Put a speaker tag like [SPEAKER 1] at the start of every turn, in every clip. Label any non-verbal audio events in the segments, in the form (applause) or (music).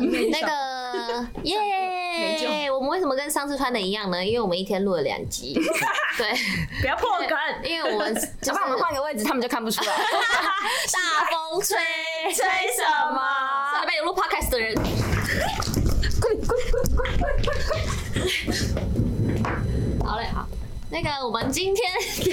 [SPEAKER 1] 那个
[SPEAKER 2] (laughs)
[SPEAKER 1] 耶！我们为什么跟上次穿的一样呢？因为我们一天录了两
[SPEAKER 2] (laughs)
[SPEAKER 1] 集，对，
[SPEAKER 3] 不要破梗，
[SPEAKER 1] (laughs) 因为我们
[SPEAKER 2] 要
[SPEAKER 1] 就是
[SPEAKER 2] 不然我们换个位置，他们就看不出来。
[SPEAKER 1] (laughs) 大风吹，
[SPEAKER 3] 吹什么？
[SPEAKER 1] 上辈有录 podcast 的人，好嘞，好，那个我们今
[SPEAKER 2] (laughs)
[SPEAKER 1] 天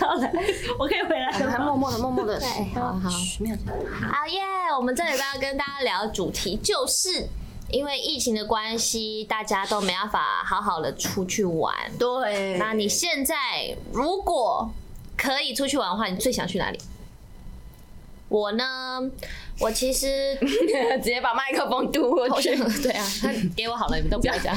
[SPEAKER 1] 要来，
[SPEAKER 3] 我可以回来
[SPEAKER 2] 我们还
[SPEAKER 3] 了。
[SPEAKER 2] 默默的，默默的，
[SPEAKER 1] 对，好好。
[SPEAKER 2] 嘘没有讲。
[SPEAKER 1] 好耶！我们这礼拜要跟大家聊主题，就是因为疫情的关系，大家都没办法好好的出去玩。
[SPEAKER 2] 对
[SPEAKER 1] 那你现在如果可以出去玩的话，你最想去哪里？我呢， (laughs) 我其实嗯
[SPEAKER 2] 直接把麦克风嘟过
[SPEAKER 1] 我
[SPEAKER 2] 去
[SPEAKER 1] 想。对啊，那你给我好了，你们都不要 (laughs) 讲。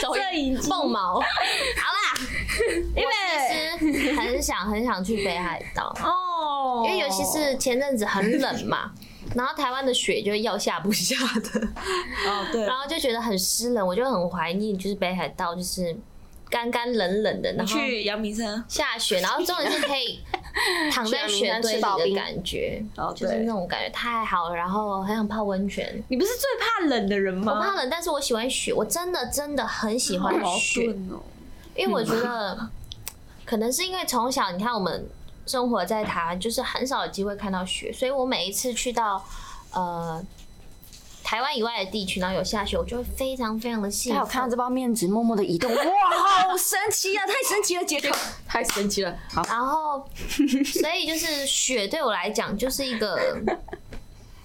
[SPEAKER 1] 手
[SPEAKER 3] 这已经
[SPEAKER 1] 梦嗯毛，好啦，
[SPEAKER 3] 因为
[SPEAKER 1] 其实很想很想去北海道。
[SPEAKER 3] 哦，
[SPEAKER 1] 因为尤其是前阵子很冷
[SPEAKER 3] (laughs)
[SPEAKER 1] 嘛，然后台湾的雪就要下不下的，
[SPEAKER 3] 哦对
[SPEAKER 1] 然，后就觉得很湿冷，我就很怀念就是北海道就是干干冷冷的，然后
[SPEAKER 3] 去阳明山
[SPEAKER 1] 下雪，然后重点是可以躺在雪堆里的感觉，
[SPEAKER 3] 哦
[SPEAKER 1] 就是那种感觉太好了，然后很想泡温泉。
[SPEAKER 3] 你不是最怕冷的人
[SPEAKER 1] 我
[SPEAKER 3] 吗？
[SPEAKER 1] 怕冷，但是我喜欢雪，我真的真的很喜欢雪。
[SPEAKER 3] 哦。
[SPEAKER 1] 因
[SPEAKER 2] 嗯
[SPEAKER 1] 为我觉得，可能是因为从小你看我们生活在台湾，就是很少有机会看到雪，所以我每一次去到呃台湾以外的地区，然后有下雪，我就会非常非常的兴
[SPEAKER 2] 还有看到
[SPEAKER 1] 奋。
[SPEAKER 2] 这包面纸默默的移动，哇， (laughs) 好神奇啊！太神奇了，杰克，太神奇了。好，
[SPEAKER 1] 然
[SPEAKER 2] (laughs)
[SPEAKER 1] 后，所以就是雪对我来讲就是一个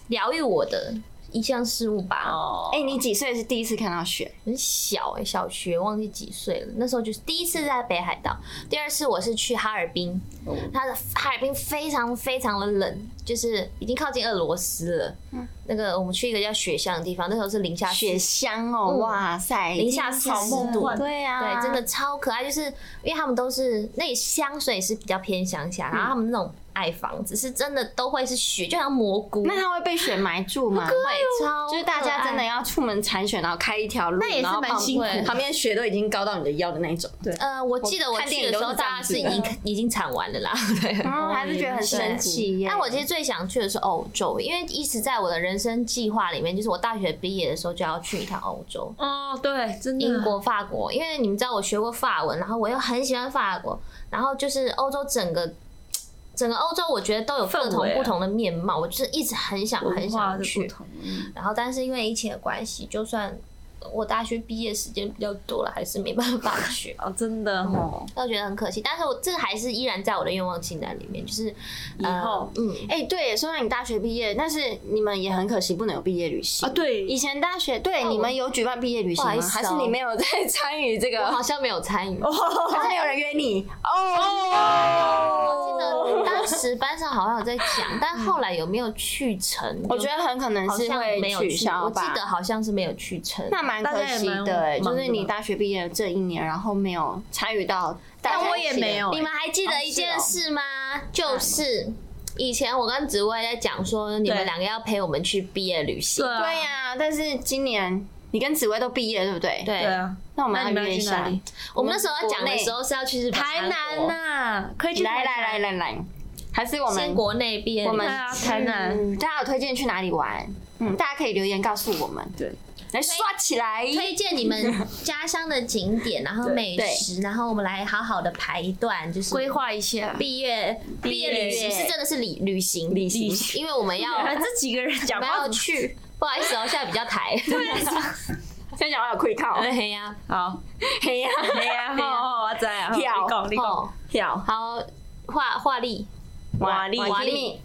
[SPEAKER 1] 疗愈我的一项事物吧。
[SPEAKER 3] 哦
[SPEAKER 2] 哎，你几岁是第一次看到雪？
[SPEAKER 1] 很小哎、小学忘记几岁了。那时候就是第一次在北海道，第二次我是去哈尔滨，
[SPEAKER 2] 哦
[SPEAKER 1] 它的哈尔滨非常非常的冷，就是已经靠近俄罗斯了。那个我们去一个叫雪乡的地方，那时候是零下
[SPEAKER 2] 嗯雪
[SPEAKER 1] 40
[SPEAKER 2] 乡哦，哇塞，
[SPEAKER 1] 零下四
[SPEAKER 2] 好
[SPEAKER 1] 十
[SPEAKER 2] 梦
[SPEAKER 1] 度，
[SPEAKER 2] 对啊，
[SPEAKER 1] 对，真的超可爱。就是因为他们都是那里乡，所以是比较偏乡
[SPEAKER 2] 嗯
[SPEAKER 1] 下，然后他们那种矮房子是真的都会是雪，就像蘑菇。
[SPEAKER 2] 那它会被雪埋住吗？
[SPEAKER 1] 会超
[SPEAKER 2] 就是大家
[SPEAKER 1] 可爱
[SPEAKER 2] 真的要出门铲雪，然后开一条路，
[SPEAKER 1] 那也是
[SPEAKER 2] 然后
[SPEAKER 1] 蛮
[SPEAKER 2] 旁
[SPEAKER 1] 辛苦的
[SPEAKER 2] 旁边雪都已经高到你的腰的那一种。对，
[SPEAKER 1] 呃，我记得我
[SPEAKER 2] 看电
[SPEAKER 1] 去
[SPEAKER 2] 影
[SPEAKER 1] 的时
[SPEAKER 2] 都
[SPEAKER 1] 候，
[SPEAKER 2] 是这样
[SPEAKER 1] 大家是
[SPEAKER 2] 子
[SPEAKER 1] 已经已经铲完了啦。 (laughs) 对，
[SPEAKER 2] 嗯，还是觉得很神奇耶。
[SPEAKER 1] 但我其实最想去的是欧洲，因为一直在我的人生计划里面，就是我大学毕业的时候就要去一趟欧洲，
[SPEAKER 3] 哦，对，真的
[SPEAKER 1] 英国、法国。因为你们知道我学过法文，然后我又很喜欢法国，然后就是欧洲整个。整个欧洲，我觉得都有各
[SPEAKER 3] 氛围
[SPEAKER 1] 种
[SPEAKER 3] 啊
[SPEAKER 1] 不同的面貌，我就是一直很想很
[SPEAKER 3] 文化
[SPEAKER 1] 想
[SPEAKER 3] 的
[SPEAKER 1] 去
[SPEAKER 3] 不。同，嗯
[SPEAKER 1] 然后，但是因为疫情的关系，就算我大学毕业时间比较多了，还是没办法去。 (laughs)
[SPEAKER 3] 哦，真的哦，
[SPEAKER 1] 我觉得很可惜，但是我这还是依然在我的愿望清单里面，就是以
[SPEAKER 3] 后
[SPEAKER 1] 嗯，
[SPEAKER 2] 哎、对耶，虽然你大学毕业，但是你们也很可惜不能有毕业旅行
[SPEAKER 3] 啊对
[SPEAKER 2] 以前大学对、
[SPEAKER 1] 我
[SPEAKER 2] 你们有举办毕业旅行
[SPEAKER 1] 不好意
[SPEAKER 2] 吗？
[SPEAKER 1] 思哦
[SPEAKER 2] 还是你没有在参与这
[SPEAKER 1] 我
[SPEAKER 2] 个？
[SPEAKER 1] 好像没有参与。
[SPEAKER 2] 好像有人约你哦。
[SPEAKER 1] 记得当时班上好像有在讲，但后来有没有去成？
[SPEAKER 2] 我觉得很可能
[SPEAKER 1] 好
[SPEAKER 2] 是
[SPEAKER 1] 像
[SPEAKER 2] 会
[SPEAKER 1] 没有
[SPEAKER 2] 取消
[SPEAKER 1] 我记
[SPEAKER 2] 吧。
[SPEAKER 1] 得好像是没有去成。
[SPEAKER 2] 那蛮可惜
[SPEAKER 3] 大
[SPEAKER 2] 的
[SPEAKER 3] 家
[SPEAKER 2] 欸，
[SPEAKER 3] 也蛮
[SPEAKER 2] 就是你
[SPEAKER 3] 忙的
[SPEAKER 2] 大学毕业这一年，然后没有参与到大家一起
[SPEAKER 3] 但
[SPEAKER 2] 的。哦
[SPEAKER 3] 我也没有
[SPEAKER 1] 你们还记得一件事吗？就是以前我跟紫薇在讲说，你们
[SPEAKER 3] 对
[SPEAKER 1] 两个要陪我们去毕业旅行。
[SPEAKER 3] 对啊
[SPEAKER 2] 对呀、但是今年你跟紫薇都毕业，对不对？。
[SPEAKER 1] 对
[SPEAKER 3] 对啊，
[SPEAKER 2] 那我们
[SPEAKER 3] 那
[SPEAKER 2] 要
[SPEAKER 3] 你们
[SPEAKER 2] 约一
[SPEAKER 3] 要去
[SPEAKER 2] 下
[SPEAKER 3] 哪。里？
[SPEAKER 1] 我们那时候讲
[SPEAKER 2] 国
[SPEAKER 1] 的
[SPEAKER 2] 内
[SPEAKER 1] 时候是要去日本、
[SPEAKER 3] 台
[SPEAKER 1] 韩
[SPEAKER 3] 南
[SPEAKER 2] 啊
[SPEAKER 1] 国，
[SPEAKER 3] 呐，可以去
[SPEAKER 2] 来来
[SPEAKER 3] 来，
[SPEAKER 2] 来来来，还是我
[SPEAKER 1] 先
[SPEAKER 2] 们
[SPEAKER 1] 国内毕业旅
[SPEAKER 2] 我
[SPEAKER 1] 行。
[SPEAKER 2] 们
[SPEAKER 3] 对啊台南
[SPEAKER 2] 嗯大家有推荐去哪里玩？嗯，大家可以留言告诉我们，
[SPEAKER 3] 对，
[SPEAKER 2] 来刷起来。
[SPEAKER 1] 推荐你们家乡的景点，然后美食，然后我们来好好的排一段，就是
[SPEAKER 3] 规划一下。
[SPEAKER 1] 毕业毕业旅行
[SPEAKER 2] 毕业
[SPEAKER 1] 是真的是旅旅行旅
[SPEAKER 2] 行，
[SPEAKER 1] 因为我们 (laughs) 要
[SPEAKER 3] 啊，
[SPEAKER 1] 我
[SPEAKER 3] 这几个人讲
[SPEAKER 1] 们
[SPEAKER 3] 话
[SPEAKER 1] 要去，啊不好意思哦，现在比较台。
[SPEAKER 2] 先讲话有 quick
[SPEAKER 3] 哎
[SPEAKER 2] call，
[SPEAKER 1] (laughs) 对呀，
[SPEAKER 3] 好，
[SPEAKER 2] 嘿呀，
[SPEAKER 3] (laughs) 哎呀，好好，我知啊，好你
[SPEAKER 2] 跳
[SPEAKER 3] 讲，你讲，
[SPEAKER 1] 哦，
[SPEAKER 2] 跳
[SPEAKER 3] (laughs)
[SPEAKER 1] 好，画画力，
[SPEAKER 3] 瓦力，
[SPEAKER 1] 瓦力，瓦力，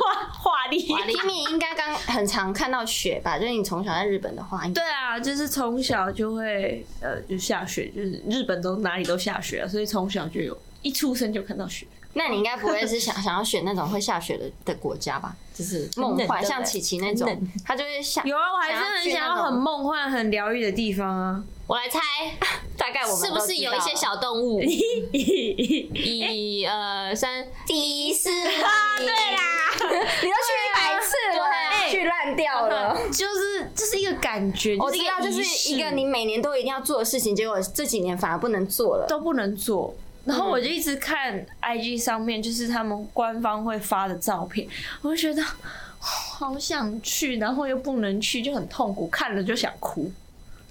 [SPEAKER 3] 哇，华丽，
[SPEAKER 1] 瓦力，
[SPEAKER 2] ，Kimi 应该刚很常看到雪吧？就是你从小在日本的话，应该
[SPEAKER 3] 对啊，就是从小就会呃，就下雪，就是日本都哪里都下雪啊，所以从小就有一出生就看到雪。
[SPEAKER 2] 那你应该不
[SPEAKER 3] (laughs)
[SPEAKER 2] 会是想想要选那种会下雪的的国家吧？就是梦
[SPEAKER 3] 很冷
[SPEAKER 2] 幻，
[SPEAKER 3] 对
[SPEAKER 2] 像
[SPEAKER 3] 不对
[SPEAKER 2] 琪琪那种，他就是下
[SPEAKER 3] 有啊，我还是很想要很梦幻、很疗愈的地方 (laughs) 啊。
[SPEAKER 1] 我来猜，
[SPEAKER 2] 大概我们
[SPEAKER 1] 是不
[SPEAKER 2] 都
[SPEAKER 1] 是
[SPEAKER 2] 知
[SPEAKER 1] 有一
[SPEAKER 2] 道
[SPEAKER 1] 些
[SPEAKER 2] 了
[SPEAKER 1] 小动物？
[SPEAKER 3] 对
[SPEAKER 1] 一二三，啊迪士尼。
[SPEAKER 3] 啦，
[SPEAKER 2] 你都去一百次了，
[SPEAKER 3] 啊对
[SPEAKER 2] 去烂
[SPEAKER 3] (laughs)
[SPEAKER 2] 掉了。
[SPEAKER 3] 就是这是一个感觉，
[SPEAKER 2] 我
[SPEAKER 3] 是
[SPEAKER 2] 知
[SPEAKER 3] 一
[SPEAKER 2] 道，
[SPEAKER 3] 个
[SPEAKER 2] 就是
[SPEAKER 3] 仪
[SPEAKER 2] 一
[SPEAKER 3] 式
[SPEAKER 2] 个你每年都一定要做的事情，结果这几年反而不能做了。
[SPEAKER 3] 都不能做。然后我就一直看 IG 上面，就是他们官方会发的照片，我就觉得哇好想去，然后又不能去，就很痛苦，看了就想哭，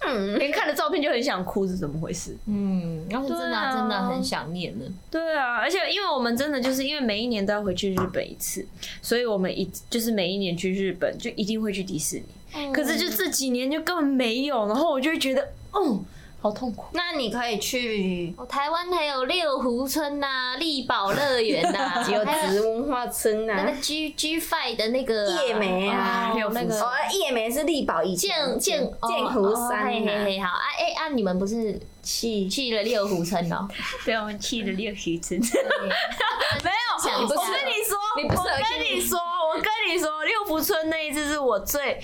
[SPEAKER 1] 嗯
[SPEAKER 3] 连看了照片就很想哭，是怎么回事？
[SPEAKER 1] 嗯，要是真
[SPEAKER 3] 对
[SPEAKER 1] 的、
[SPEAKER 3] 啊
[SPEAKER 1] 真的很想念呢。
[SPEAKER 3] 对啊，而且因为我们真的就是因为每一年都要回去日本一次，所以我们一就是每一年去日本就一定会去迪士尼。
[SPEAKER 1] 嗯
[SPEAKER 3] 可是就这几年就根本没有，然后我就会觉得，哦，好痛苦。
[SPEAKER 2] 那你可以去
[SPEAKER 1] 哦台湾还有六湖村呐、力宝乐园 (laughs) 呐，
[SPEAKER 2] 有
[SPEAKER 1] 还有
[SPEAKER 2] 植文化村
[SPEAKER 1] 那
[SPEAKER 2] 啊
[SPEAKER 1] 个，G G Five 的那个啊
[SPEAKER 2] 叶梅啊
[SPEAKER 1] 哦
[SPEAKER 3] 还有
[SPEAKER 1] 那
[SPEAKER 3] 福
[SPEAKER 1] 个
[SPEAKER 3] 寿
[SPEAKER 2] 哦，叶梅是力宝以前
[SPEAKER 1] 剑剑哦
[SPEAKER 2] 剑湖
[SPEAKER 1] 哦
[SPEAKER 2] 山
[SPEAKER 1] 嘿嘿
[SPEAKER 2] 啊，
[SPEAKER 1] 嘿，好啊，哎啊，你们不是去去了六湖村
[SPEAKER 2] (laughs)
[SPEAKER 1] 哦？
[SPEAKER 3] 对，我们去了六十次。
[SPEAKER 1] 没有
[SPEAKER 2] 你不
[SPEAKER 3] 我
[SPEAKER 2] 是
[SPEAKER 3] 跟你说，
[SPEAKER 2] 你不是
[SPEAKER 3] 我
[SPEAKER 2] 有
[SPEAKER 3] 跟
[SPEAKER 2] 去
[SPEAKER 3] 你说，我跟你说，六福村那一次是我最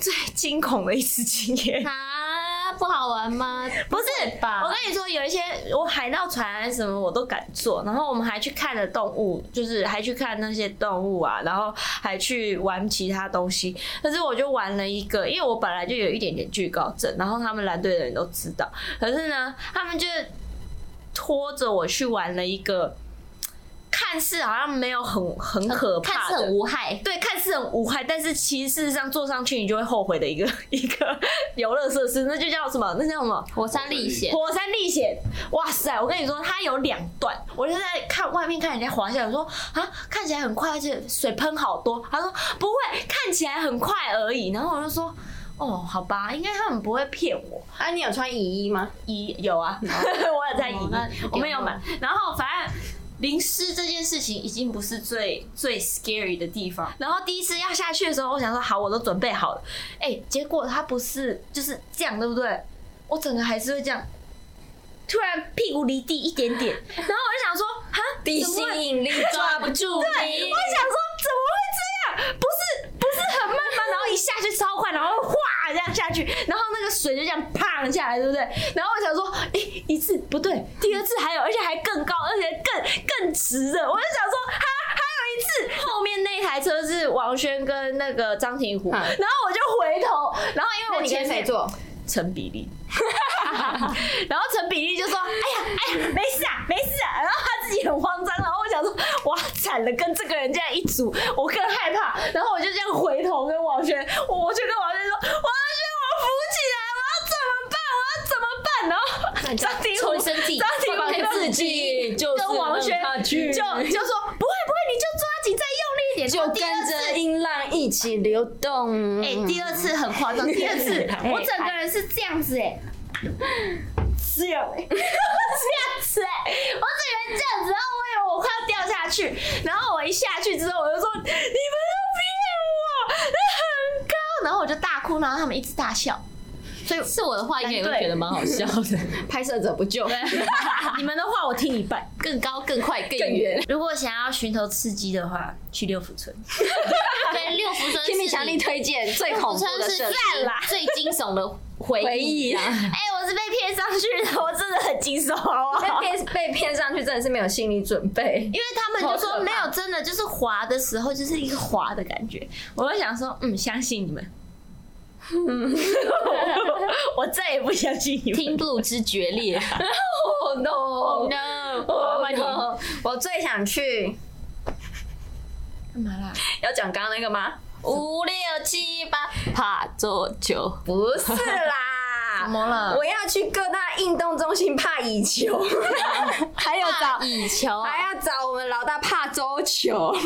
[SPEAKER 3] 最惊恐的一次经验。
[SPEAKER 1] 啊，不好玩吗？
[SPEAKER 3] 不是
[SPEAKER 1] 吧
[SPEAKER 3] 我跟你说，有一些我海盗船什么我都敢坐，然后我们还去看了动物，就是还去看那些动物啊，然后还去玩其他东西。可是我就玩了一个，因为我本来就有一点点惧高症，然后他们蓝队的人都知道。可是呢，他们就拖着我去玩了一个，看似好像没有很很可怕
[SPEAKER 1] 看
[SPEAKER 3] 的，
[SPEAKER 1] 似很无害，
[SPEAKER 3] 对，看似很无害，但是其实事实上坐上去你就会后悔的一个 (laughs) 一个游乐设施，那就叫什么？那叫什么？
[SPEAKER 1] 火山历险。
[SPEAKER 3] 火山历险！哇塞，我跟你说，它有两段，我就在看外面看人家滑下来，我说啊，看起来很快，而且水喷好多。他说不会，看起来很快而已。然后我就说。哦，好吧，应该他们不会骗我。
[SPEAKER 2] 啊，你有穿雨衣吗？
[SPEAKER 3] 一有啊， (laughs) 我有在
[SPEAKER 1] 哦那
[SPEAKER 3] 移，我没有买。然后反正淋湿这件事情已经不是最最 scary 的地方。然后第一次要下去的时候，我想说好，我都准备好了。哎、结果它不是就是这样，对不对？我整个还是会这样，突然屁股离地一点点，然后我就想说，哈，
[SPEAKER 2] 地
[SPEAKER 3] 怎么会
[SPEAKER 2] 心引力 (laughs) 抓不住你
[SPEAKER 3] 我。想说怎么会这样？不是不是很慢吗？然后一下去超快，然后哗这样下去，然后那个水就这样啪下来，对不对？然后我想说，哎、一次不对，第二次还有，而且还更高，而且更更直的。我就想说，哈，还有一次。后面那台车是王轩跟那个张庭湖，
[SPEAKER 2] 嗯
[SPEAKER 3] 然后我就回头，然后因为
[SPEAKER 2] 那
[SPEAKER 3] 我
[SPEAKER 2] 你
[SPEAKER 3] 前
[SPEAKER 2] 跟谁
[SPEAKER 3] 面
[SPEAKER 2] 坐？
[SPEAKER 3] 陈比 (laughs) 利。然后陈比利就说：“哎呀，哎呀，没事啊，没事啊。”然后他自己很慌张，然后我想说：“哇，惨了，跟这个人这样一组，我更害怕。”然后我就这样回头跟王轩，我我就跟王轩说：“王轩，我扶起来，我要怎么办？我要怎么办？”然后张庭湖
[SPEAKER 1] 重生自己
[SPEAKER 3] 张庭湖
[SPEAKER 1] 放
[SPEAKER 3] 跟
[SPEAKER 1] 自己
[SPEAKER 3] 跟王轩
[SPEAKER 2] 去
[SPEAKER 3] 就就说：“不会，不会，你就抓紧，再用力一点，
[SPEAKER 2] 就
[SPEAKER 3] 第二
[SPEAKER 2] 跟
[SPEAKER 3] 次
[SPEAKER 2] 着音浪一起流动。
[SPEAKER 3] 哎、第二次很夸 (laughs) 张，第二次我整个人是这样子哎、这样哎、 (laughs) 这样子哎、我整个人这样子，然后我以为我快要掉下去，然后我一下去之后，我就说你们都骗我，那很高，然后我就大哭，然后他们一直大笑，所以
[SPEAKER 1] 是我的
[SPEAKER 2] 哎
[SPEAKER 1] 话，应该也会觉得蛮好笑
[SPEAKER 2] (laughs)
[SPEAKER 1] 的。
[SPEAKER 2] 拍摄者不救，
[SPEAKER 3] (laughs) 你们的话我听一半。
[SPEAKER 1] 更高、更快、更
[SPEAKER 2] 更
[SPEAKER 1] 远。
[SPEAKER 2] 远。
[SPEAKER 3] 如果想要寻求刺激的话，去六福村。
[SPEAKER 1] 对，六福村
[SPEAKER 2] (laughs) 天命
[SPEAKER 1] 是
[SPEAKER 2] 强力
[SPEAKER 1] 你
[SPEAKER 2] 推荐最
[SPEAKER 1] 六
[SPEAKER 2] 恐
[SPEAKER 1] 福
[SPEAKER 2] 怖
[SPEAKER 1] 村
[SPEAKER 2] 的
[SPEAKER 1] 是
[SPEAKER 2] 设 (laughs) 施。
[SPEAKER 1] 最最惊悚的回
[SPEAKER 2] 回
[SPEAKER 1] 忆
[SPEAKER 2] 忆 (laughs)
[SPEAKER 1] 啊。
[SPEAKER 3] 哎、我是被骗上去的，我真的很惊悚，好不
[SPEAKER 2] 被
[SPEAKER 3] 好？
[SPEAKER 2] 骗被骗上去真的是没有心理准备。
[SPEAKER 3] 因为他们就
[SPEAKER 2] 好
[SPEAKER 3] 说
[SPEAKER 2] 可怕
[SPEAKER 3] 没有，真的就是滑的时候就是一个滑的感觉。我就想说，嗯，相信你们。 (laughs) 我再也不相信你们。
[SPEAKER 1] 听路之决
[SPEAKER 2] (laughs)
[SPEAKER 1] 裂
[SPEAKER 2] (laughs) Oh no！
[SPEAKER 1] ，no！
[SPEAKER 2] (laughs) Oh
[SPEAKER 1] 换你
[SPEAKER 2] no！我最想去，
[SPEAKER 3] 干嘛啦？
[SPEAKER 2] 要讲刚刚那个吗？
[SPEAKER 1] 五六七八，怕做球。
[SPEAKER 2] 不是 (laughs) 啦，
[SPEAKER 3] 怎么了
[SPEAKER 2] 我要去各大运动中心怕乙球， (laughs) 还有找 (laughs)
[SPEAKER 1] 怕乙球啊，
[SPEAKER 2] 还要找我们老大怕周球，
[SPEAKER 1] 哦，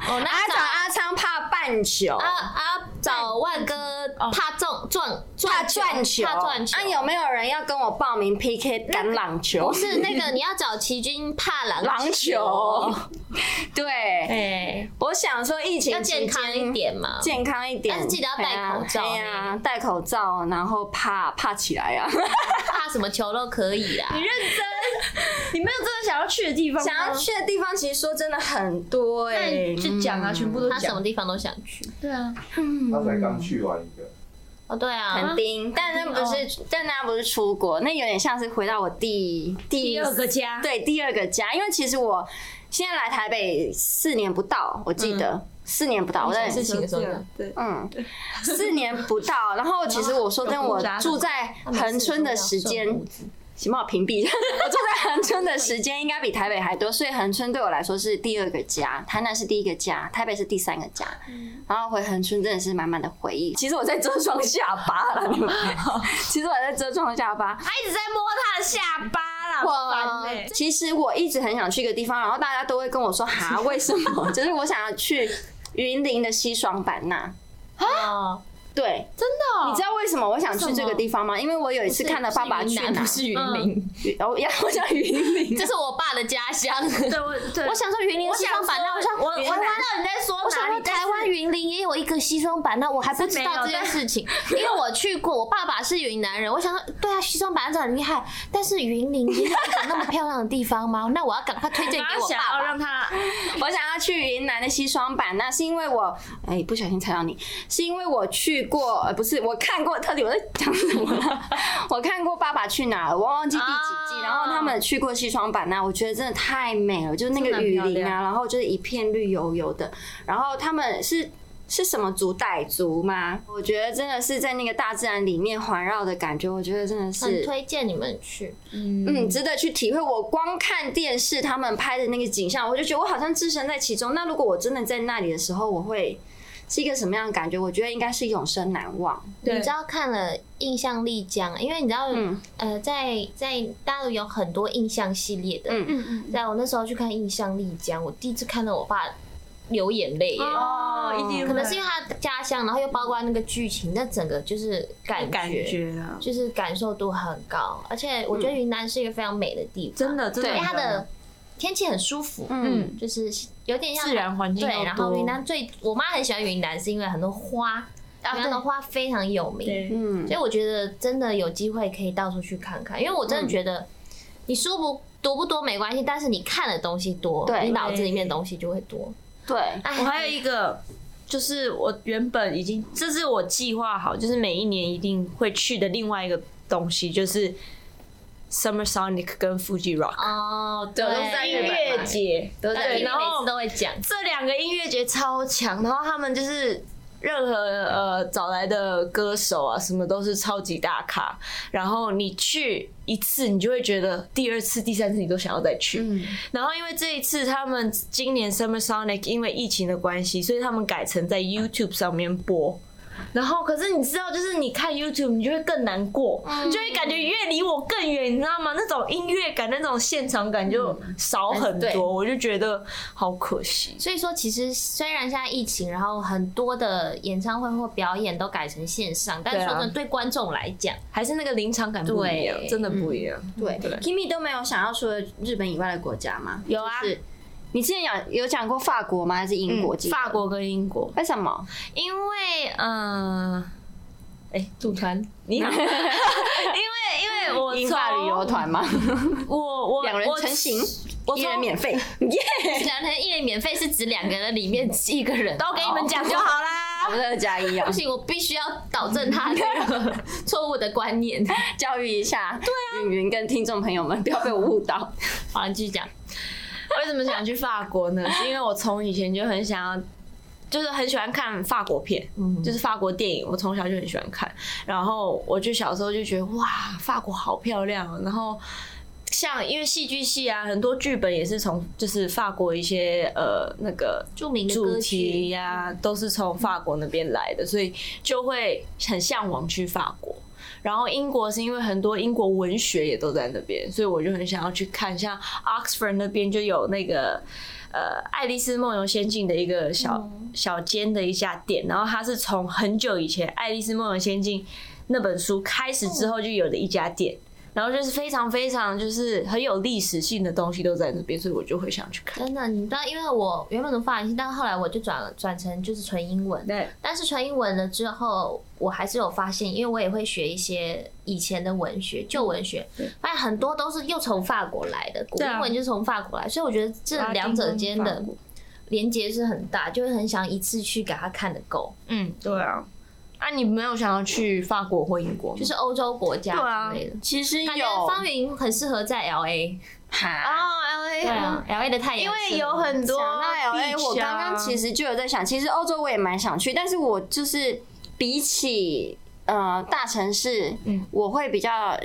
[SPEAKER 2] 还要
[SPEAKER 1] 那
[SPEAKER 2] 找阿昌怕半球，
[SPEAKER 1] 啊啊，找万哥怕撞撞
[SPEAKER 2] 怕
[SPEAKER 1] 撞
[SPEAKER 2] 转球。
[SPEAKER 1] 怕转球
[SPEAKER 2] 啊，。有没有人要跟我报名 PK 橄榄球？
[SPEAKER 1] 不是那个，你要找齐军怕篮 (laughs)
[SPEAKER 2] 篮球。对，
[SPEAKER 1] 哎，
[SPEAKER 2] 我想说疫情
[SPEAKER 1] 要健
[SPEAKER 2] 期
[SPEAKER 1] 康一
[SPEAKER 2] 间。
[SPEAKER 1] 点嘛。
[SPEAKER 2] 健康一点，哎
[SPEAKER 1] 但是记得要戴口罩
[SPEAKER 2] 对啊，戴口罩，然后怕怕起来
[SPEAKER 1] (laughs)
[SPEAKER 2] 啊。
[SPEAKER 1] 怕什么球都可以啦。
[SPEAKER 3] 你认真？你没有真的想要去的啊地方吗
[SPEAKER 2] 想要？去的地方其实说真的很多哎、
[SPEAKER 3] 那你就讲啊，全部都
[SPEAKER 1] 他什么
[SPEAKER 3] 讲。
[SPEAKER 1] 地方都想去。
[SPEAKER 3] 对啊，
[SPEAKER 4] 他才刚去完一个，
[SPEAKER 1] 哦，对啊哦
[SPEAKER 2] 垦，丁，但那不是，但那不是出国，那有点像是回到我第第
[SPEAKER 3] 第二个家。
[SPEAKER 2] 对第二个家，因为其实我现在来台北四年不到，我记得、
[SPEAKER 1] 嗯
[SPEAKER 2] 四年不到，我在
[SPEAKER 1] 事情的时候呢，
[SPEAKER 3] 对，
[SPEAKER 2] 嗯，四年不到。然后其实我说真的，
[SPEAKER 3] 有
[SPEAKER 2] 我
[SPEAKER 3] 胡渣
[SPEAKER 2] 住在恒春的时间，请帮我屏蔽。 (laughs) 我住在恒春的时间应该比台北还多，所以恒春对我来说是第二个家，台南是第一个家，台北是第三个家。
[SPEAKER 3] 嗯
[SPEAKER 2] 然后回恒春真的是满满的回忆。其实我在遮双下巴了，
[SPEAKER 3] (laughs)
[SPEAKER 2] 你们。其实我在遮双下巴。
[SPEAKER 3] 他一直在摸他的下巴啦，
[SPEAKER 2] 我
[SPEAKER 3] 烦欸
[SPEAKER 2] 其实我一直很想去一个地方，然后大家都会跟我说哈，为什么？ (laughs) 就是我想要去云林的西双版纳。
[SPEAKER 1] 哦，
[SPEAKER 2] 对，
[SPEAKER 3] 真的哦，
[SPEAKER 2] 你知道为什么我想去这个地方吗？因为我有一次看了《爸爸去哪
[SPEAKER 1] 是云南》，不啊是云
[SPEAKER 3] 嗯
[SPEAKER 1] 林，
[SPEAKER 2] 云哦，呀，我想云林。
[SPEAKER 1] 这是我爸的家乡。
[SPEAKER 3] 对我对
[SPEAKER 1] 我想说云林西双版纳，我想
[SPEAKER 3] 我我
[SPEAKER 1] 云
[SPEAKER 3] 知
[SPEAKER 1] 南
[SPEAKER 3] 道你在说
[SPEAKER 1] 我想
[SPEAKER 3] 哪
[SPEAKER 1] 说
[SPEAKER 3] 里，
[SPEAKER 1] 台湾云林也有一个西双版纳，我还不知道这件事情，因为我去过，我爸爸是云南人，我想说对啊，西双版纳很厉害，但是云林也有一个那么漂亮的地方吗？那我要赶快推荐
[SPEAKER 3] 然 (laughs)
[SPEAKER 1] 给
[SPEAKER 3] 后
[SPEAKER 1] 我
[SPEAKER 3] 想
[SPEAKER 1] 爸
[SPEAKER 3] 要
[SPEAKER 1] 爸。
[SPEAKER 3] 让他
[SPEAKER 2] 我想要去云南的西双版纳，是因为我哎、不小心踩到你，是因为我去过，呃不是我看过特地我在讲什么啦？ (laughs) 我看过《爸爸去哪儿》，我忘记第几季，
[SPEAKER 3] 啊
[SPEAKER 2] 然后他们去过西双版纳，我觉得真的太美了，就是那
[SPEAKER 3] 真的
[SPEAKER 2] 个
[SPEAKER 3] 很
[SPEAKER 2] 雨
[SPEAKER 3] 漂
[SPEAKER 2] 林
[SPEAKER 3] 亮
[SPEAKER 2] 啊，然后就是一片绿油油的，然后他们是。是什么族傣族吗？我觉得真的是在那个大自然里面环绕的感觉，我觉得真的
[SPEAKER 1] 很
[SPEAKER 2] 是
[SPEAKER 1] 推荐你们去，
[SPEAKER 2] 嗯，值得去体会。我光看电视他们拍的那个景象，我就觉得我好像置身在其中。那如果我真的在那里的时候，我会是一个什么样的感觉？我觉得应该是永生难忘。
[SPEAKER 1] 你知道看了《印象丽江》，因为你知道，
[SPEAKER 2] 嗯
[SPEAKER 1] 呃，在在大陆有很多印象系列的，
[SPEAKER 2] 嗯
[SPEAKER 1] 在我那时候去看《印象丽江》，我第一次看到我爸流眼泪耶。
[SPEAKER 3] 哦，一定
[SPEAKER 1] 可能
[SPEAKER 3] 会
[SPEAKER 1] 是因为他的家乡，然后又包括那个剧情，那整个就是感
[SPEAKER 3] 感觉啊，
[SPEAKER 1] 就是感受度很高，而且我觉得云南是一个非常美的地方，
[SPEAKER 3] 真的真的，
[SPEAKER 1] 因为它的天气很舒服，
[SPEAKER 2] 嗯，
[SPEAKER 3] 嗯
[SPEAKER 1] 就是有点像
[SPEAKER 3] 自然环境又
[SPEAKER 1] 对，
[SPEAKER 3] 多啊
[SPEAKER 1] 然后云南最我妈很喜欢云南，是因为很多花，云南的花非常有名，
[SPEAKER 3] 对
[SPEAKER 2] 嗯
[SPEAKER 1] 所以我觉得真的有机会可以到处去看看，因为我
[SPEAKER 3] 嗯
[SPEAKER 1] 真的觉得你书不读不多没关系，但是你看的东西多，
[SPEAKER 2] 对
[SPEAKER 1] 你脑子里面的东西就会多。
[SPEAKER 2] 对，
[SPEAKER 1] 哎
[SPEAKER 3] 我还有一个，就是我原本已经，这是我计划好，就是每一年一定会去的另外一个东西，就是 Summer Sonic 跟 Fuji Rock
[SPEAKER 1] 哦，对，
[SPEAKER 2] 都是在
[SPEAKER 3] 音
[SPEAKER 2] 日本嘛
[SPEAKER 3] 乐节，
[SPEAKER 1] 都在
[SPEAKER 3] 对，
[SPEAKER 1] 日本
[SPEAKER 3] 然
[SPEAKER 1] 每
[SPEAKER 3] 后
[SPEAKER 1] 次都会讲。
[SPEAKER 3] 这两个音乐节超强，然后他们就是。任何呃找来的歌手啊，什么都是超级大咖。然后你去一次，你就会觉得第二次、第三次你都想要再去。
[SPEAKER 2] 嗯
[SPEAKER 3] 然后因为这一次他们今年 Summer Sonic 因为疫情的关系，所以他们改成在 YouTube 上面播。然后，可是你知道，就是你看 YouTube，你就会更难过，
[SPEAKER 2] 嗯
[SPEAKER 3] 就会感觉越离我更远，你知道吗？那种音乐感、那种现场感就少很
[SPEAKER 2] 嗯对
[SPEAKER 3] 多，我就觉得好可惜。
[SPEAKER 1] 所以说，其实虽然现在疫情，然后很多的演唱会或表演都改成线上，但
[SPEAKER 3] 对
[SPEAKER 1] 是
[SPEAKER 3] 啊
[SPEAKER 1] 说真的，对观众来讲，
[SPEAKER 3] 还是那个临场感不一样，
[SPEAKER 1] 对
[SPEAKER 3] 真的不一样。
[SPEAKER 2] 对。Kimi 都没有想要除了日本以外的国家吗？
[SPEAKER 3] 有啊嗯
[SPEAKER 2] 就是你之前有有讲过法国吗？还是英国？
[SPEAKER 3] 法国跟英国，
[SPEAKER 2] 为什么？
[SPEAKER 3] 因为
[SPEAKER 1] 呃
[SPEAKER 3] 嗯，哎、组团 (laughs) 你好，因为因为我
[SPEAKER 2] 英法
[SPEAKER 3] 从
[SPEAKER 2] 旅游团吗？
[SPEAKER 3] 我我
[SPEAKER 2] 两人
[SPEAKER 3] 我
[SPEAKER 2] 成行，
[SPEAKER 3] 我
[SPEAKER 2] 一人
[SPEAKER 3] 从 (laughs)
[SPEAKER 2] 免费。
[SPEAKER 1] 两人一人免费是指两个人里面一个人，
[SPEAKER 3] 都给你们讲就好啦。
[SPEAKER 2] 我们二加一啊
[SPEAKER 1] 不，行，我必须要导正他这个错误的 (laughs) 观念。
[SPEAKER 2] 教育一下，对啊，云云跟听众朋友们不要被我误导。
[SPEAKER 1] 好，你继续讲。
[SPEAKER 3] (laughs) 为什么想去法国呢？是因为我从以前就很想要。就是很喜欢看法国片，
[SPEAKER 2] 嗯
[SPEAKER 3] 就是法国电影，我从小就很喜欢看。然后我就小时候就觉得哇，法国好漂亮、哦。然后像因为戏剧系啊，很多剧本也是从就是法国一些呃那个
[SPEAKER 1] 著名的
[SPEAKER 3] 主
[SPEAKER 1] 歌
[SPEAKER 3] 题
[SPEAKER 1] 曲，嗯
[SPEAKER 3] 呀、都是从法国那边来的，所以就会很向往去法国。然后英国是因为很多英国文学也都在那边，所以我就很想要去看，像 Oxford 那边就有那个呃《爱丽丝梦游仙境》的一个小、
[SPEAKER 1] 嗯
[SPEAKER 3] 小间的一家店，然后它是从很久以前《爱丽丝梦游仙境》那本书开始之后就有的一家店。然后就是非常非常就是很有历史性的东西都在那边，所以我就会想去看。
[SPEAKER 1] 真的，你知道，因为我原本读法文系，但后来我就转了转成就是纯英文。
[SPEAKER 3] 对，
[SPEAKER 1] 但是传英文了之后，我还是有发现，因为我也会学一些以前的文学、旧文学，发现很多都是又从法国来的，古
[SPEAKER 3] 对啊
[SPEAKER 1] 英文就是从法国来，所以我觉得这两者间
[SPEAKER 3] 拉丁
[SPEAKER 1] 的
[SPEAKER 3] 跟法国
[SPEAKER 1] 连接是很大，就会很想一次去给他看的够，
[SPEAKER 3] 嗯，对啊。啊，你没有想要去法国或英国吗？
[SPEAKER 1] 就
[SPEAKER 3] 就是
[SPEAKER 1] 欧洲国
[SPEAKER 3] 对
[SPEAKER 1] 家
[SPEAKER 3] 啊
[SPEAKER 1] 之类的。
[SPEAKER 2] 其实
[SPEAKER 1] 感觉方云很适合在 L A，
[SPEAKER 2] 哈。
[SPEAKER 3] 哦，L A，
[SPEAKER 1] 对啊，L A 的太阳
[SPEAKER 3] 因
[SPEAKER 1] 很适合，
[SPEAKER 3] 为有很多哎
[SPEAKER 2] 讲到 L A，我哎
[SPEAKER 3] 啊
[SPEAKER 2] 刚刚其
[SPEAKER 3] 实
[SPEAKER 2] 实就有在想，其实欧洲我也蛮想去，但是我
[SPEAKER 3] 嗯
[SPEAKER 2] 就是比起呃大城市，我会比较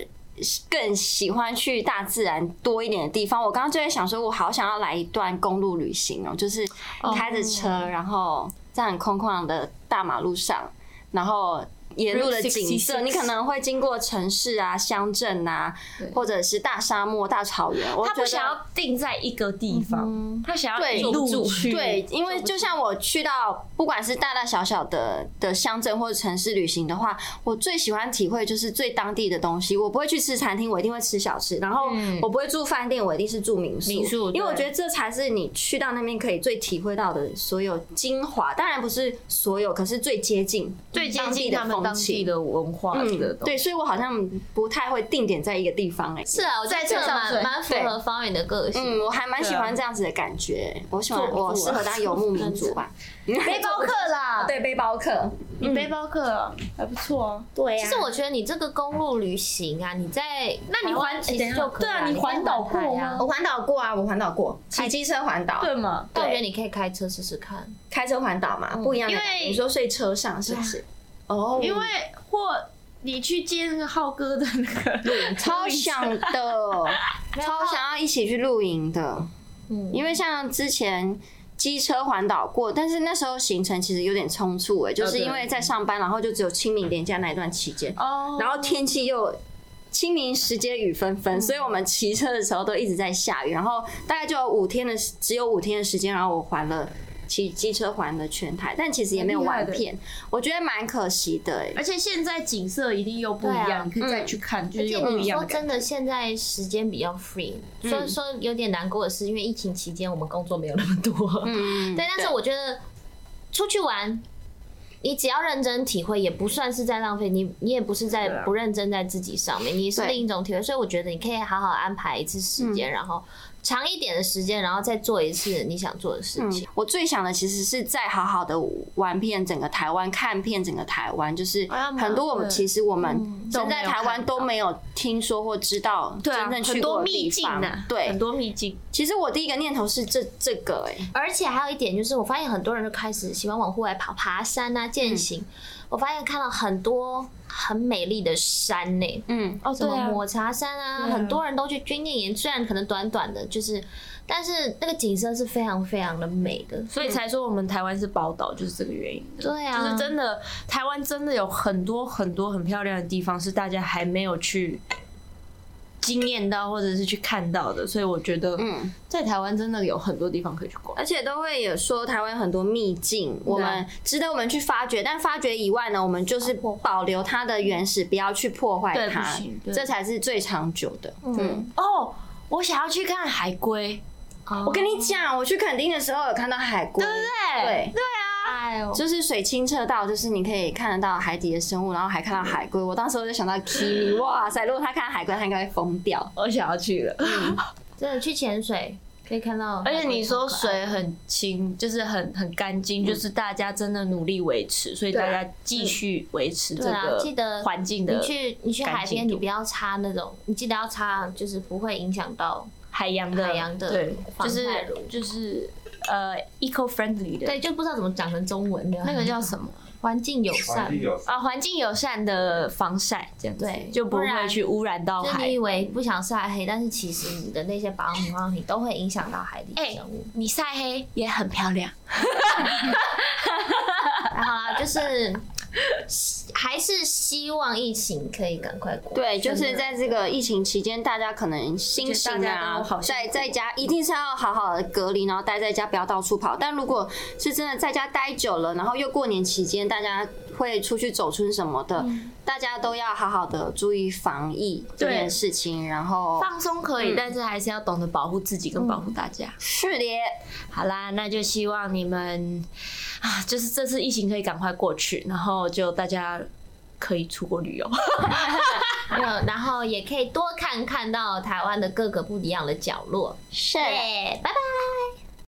[SPEAKER 2] 更喜欢去大自然多一点的地方。我刚刚就在想说，我好想要来一段公路旅行哦、就是开着车，
[SPEAKER 3] 哦
[SPEAKER 2] 然后在很空旷的大马路上，然后。沿路的
[SPEAKER 3] Route
[SPEAKER 2] 景色，
[SPEAKER 3] 66
[SPEAKER 2] 你可能会经过城市啊、乡镇啊，或者是大沙漠、大草原。我
[SPEAKER 3] 他
[SPEAKER 2] 觉
[SPEAKER 3] 不
[SPEAKER 2] 得
[SPEAKER 3] 想要定在一个地方，他想要
[SPEAKER 2] 对
[SPEAKER 3] 一路去，
[SPEAKER 2] 对，因为就像我去到不管是大大小小的的乡镇或者城市旅行的话，我最喜欢体会就是最当地的东西。我不会去吃餐厅，我一定会吃小吃；然后我不会住饭店，我一定是住民
[SPEAKER 3] 嗯
[SPEAKER 2] 宿。
[SPEAKER 3] 民宿
[SPEAKER 2] 因为我
[SPEAKER 3] 对
[SPEAKER 2] 觉得这才是你去到那边可以最体会到的所有精华。当然不是所有，可是最接近
[SPEAKER 3] 最接
[SPEAKER 2] 当地
[SPEAKER 3] 近
[SPEAKER 2] 的
[SPEAKER 3] 他们
[SPEAKER 2] 风
[SPEAKER 3] 当地
[SPEAKER 2] 情。
[SPEAKER 3] 的文化的
[SPEAKER 2] 嗯，
[SPEAKER 3] 东西。
[SPEAKER 2] 对，所以我好像不太会定点在一个地方哎、
[SPEAKER 1] 是啊，我在这
[SPEAKER 3] 在这上
[SPEAKER 1] 蛮
[SPEAKER 3] 睡
[SPEAKER 1] 蛮符
[SPEAKER 2] 对
[SPEAKER 1] 合方圆的个性。
[SPEAKER 2] 嗯，我还蛮喜
[SPEAKER 3] 对啊
[SPEAKER 2] 欢这样子的感觉。我喜欢，
[SPEAKER 3] 做
[SPEAKER 2] 我适合当游牧民族
[SPEAKER 3] (laughs)
[SPEAKER 2] 吧。
[SPEAKER 1] 背包客啦，
[SPEAKER 2] 对背包客，
[SPEAKER 3] 你背包客啊还不错啊，
[SPEAKER 2] 对呀、
[SPEAKER 1] 其实我觉得你这个公路旅行啊，你在哎那
[SPEAKER 3] 你环
[SPEAKER 1] 其实就可以
[SPEAKER 3] 等一下对啊
[SPEAKER 1] 你
[SPEAKER 3] 你
[SPEAKER 1] 可以
[SPEAKER 3] 环岛过
[SPEAKER 1] 海啊
[SPEAKER 3] 吗？
[SPEAKER 2] 我环岛过啊，我环岛过，骑机车环岛，
[SPEAKER 3] 对嘛？
[SPEAKER 1] 但我觉得
[SPEAKER 2] 对
[SPEAKER 1] 你可以开车试试看。
[SPEAKER 2] 开车环岛嘛，不一样的感觉。
[SPEAKER 3] 因为
[SPEAKER 2] 你说睡车上是不是？哦，
[SPEAKER 3] 因为或你去接那个浩哥的那 (laughs) 个露营车，
[SPEAKER 2] 超想的， (laughs) 超想要一起去露营的。
[SPEAKER 1] 嗯
[SPEAKER 2] 因为像之前机车环岛过，但是那时候行程其实有点匆促哎、就是因为在上班，然后就只有清明连假那一段期间，
[SPEAKER 3] 哦，
[SPEAKER 2] 然后天气又清明时节雨纷
[SPEAKER 3] 嗯
[SPEAKER 2] 纷，所以我们骑车的时候都一直在下雨。然后大概就有五天的时，只有五天的时间，然后我环了骑机车环了全台，但其实也没有玩
[SPEAKER 3] 蛮厉
[SPEAKER 2] 遍，我觉得蛮可惜的、欸。
[SPEAKER 3] 而且现在景色一定又不一
[SPEAKER 1] 对啊
[SPEAKER 3] 样，你可以再去看，就是
[SPEAKER 1] 而且
[SPEAKER 3] 有不一
[SPEAKER 1] 你
[SPEAKER 3] 样
[SPEAKER 1] 说
[SPEAKER 3] 的感
[SPEAKER 1] 真
[SPEAKER 3] 嗯
[SPEAKER 1] 的，现在时间比较 free，虽然说有点难过的是，因为疫情期间我们工作没有那么多。
[SPEAKER 2] 嗯，
[SPEAKER 1] 对，但是我觉得出去玩，你只要认真体会，也不算是在浪费你，你也不是在
[SPEAKER 3] 对啊
[SPEAKER 1] 不认真在自己上面，你是
[SPEAKER 2] 对
[SPEAKER 1] 另一种体会。所以我觉得你可以好好安排一次时间，然后长一点的时间，然后再做一次你想做的事
[SPEAKER 2] 嗯
[SPEAKER 1] 情。
[SPEAKER 2] 我最想的其实是再好好的玩遍整个台湾，看遍整个台湾，就是
[SPEAKER 3] 哎呀妈
[SPEAKER 2] 很多我们
[SPEAKER 3] 对
[SPEAKER 2] 其实我们
[SPEAKER 3] 嗯都
[SPEAKER 2] 身
[SPEAKER 3] 没有
[SPEAKER 2] 在台湾
[SPEAKER 3] 看
[SPEAKER 2] 都
[SPEAKER 3] 到
[SPEAKER 2] 没有听说或知道
[SPEAKER 3] 觉。对
[SPEAKER 2] 真
[SPEAKER 3] 啊，
[SPEAKER 2] 正
[SPEAKER 3] 很
[SPEAKER 2] 去过
[SPEAKER 3] 多
[SPEAKER 2] 的
[SPEAKER 3] 秘
[SPEAKER 2] 地
[SPEAKER 3] 境
[SPEAKER 2] 方
[SPEAKER 3] 呐，。很
[SPEAKER 2] 对，
[SPEAKER 3] 多秘境。
[SPEAKER 2] 其实我第一个念头是这这个哎、
[SPEAKER 1] 而且还有一点就是，我发现很多人就开始喜欢往户外跑，爬山啊、健行。我发现看到很多很美丽的山呢、
[SPEAKER 2] 嗯，
[SPEAKER 3] 哦，
[SPEAKER 1] 什
[SPEAKER 3] 对
[SPEAKER 1] 么
[SPEAKER 3] 啊，
[SPEAKER 1] 抹茶山啊，
[SPEAKER 3] 对啊
[SPEAKER 1] 很多人都去军舰岩，虽然可能短短的，就是，但是那个景色是非常非常的美的。
[SPEAKER 3] 所以才说我们台湾是宝岛，就是这个原因。
[SPEAKER 1] 对啊，
[SPEAKER 3] 就是真的，台湾真的有很多很多很漂亮的地方是大家还没有去经验到，或者是去看到的。所以我觉得，
[SPEAKER 2] 嗯，
[SPEAKER 3] 在台湾真的有很多地方可以去逛。
[SPEAKER 2] 而且都会有说台湾有很多秘境，我们值得我们去发掘，但发掘以外呢，我们就是保留它的原始，不要去破坏
[SPEAKER 3] 对不
[SPEAKER 2] 它
[SPEAKER 3] 行，对
[SPEAKER 2] 这才是最长久的。嗯，
[SPEAKER 3] 哦，我想要去看海龟，
[SPEAKER 2] 我跟你讲，我去垦丁的时候有看到海龟，对
[SPEAKER 3] 对
[SPEAKER 2] 对，
[SPEAKER 1] 哎呦，
[SPEAKER 2] 就是水清澈到，就是你可以看得到海底的生物，然后还看到海龟。我当时我就想到 Kimi，哇塞，如果他看到海龟，他应该会疯掉。
[SPEAKER 3] 我想要去了。
[SPEAKER 1] 真的去潜水可以看到，
[SPEAKER 3] 而且你说水很嗯清，就是很很干净，就是大家真的努力维持，所以大家继续维持这
[SPEAKER 1] 对啊
[SPEAKER 3] 个
[SPEAKER 1] 记得
[SPEAKER 3] 环境的
[SPEAKER 1] 你去你去海
[SPEAKER 3] 干净
[SPEAKER 1] 边，
[SPEAKER 3] 度
[SPEAKER 1] 你不要擦那种，你记得要擦，就是不会影响到，
[SPEAKER 3] 海洋的
[SPEAKER 1] 海洋的
[SPEAKER 3] 对，
[SPEAKER 1] 防
[SPEAKER 3] 就是
[SPEAKER 1] 晒乳
[SPEAKER 3] 就是呃 eco friendly 的，
[SPEAKER 1] 对，就不知道怎么讲成中文的，
[SPEAKER 3] 那个叫什么？
[SPEAKER 1] (laughs) 环境友善
[SPEAKER 4] 环境。有
[SPEAKER 3] 啊，环境友善的防晒这样子，
[SPEAKER 1] 对
[SPEAKER 3] 就不
[SPEAKER 1] 不然
[SPEAKER 3] 会去污染到
[SPEAKER 1] 就是你
[SPEAKER 3] 海
[SPEAKER 1] 以。为不想晒黑，但是其实你的那些保养品、保养品都会影响到海底
[SPEAKER 3] 哎
[SPEAKER 1] 生物。
[SPEAKER 3] 你晒黑也很漂亮，
[SPEAKER 1] 还好啦，就是还是希望疫情可以赶快过。
[SPEAKER 2] 对，就是在这个疫情期间，大家可能心情
[SPEAKER 3] 而且大家
[SPEAKER 2] 啊
[SPEAKER 3] 都好，辛苦
[SPEAKER 2] 在在家一定是要好好的隔离，然后待在家，不要到处跑。但如果是真的在家待久了，然后又过年期间，大家会出去走村什么的，
[SPEAKER 3] 嗯
[SPEAKER 2] 大家都要好好的注意防疫这件事情。然后
[SPEAKER 3] 放松可以，但是还是要懂得保护自己跟保护大家。
[SPEAKER 2] 是的，
[SPEAKER 3] 好啦，那就希望你们啊，就是这次疫情可以赶快过去，然后就大家可以出国旅游。
[SPEAKER 1] 没有，然后也可以多看看到台湾的各个不一样的角落。
[SPEAKER 2] 是的。
[SPEAKER 1] 对，拜拜。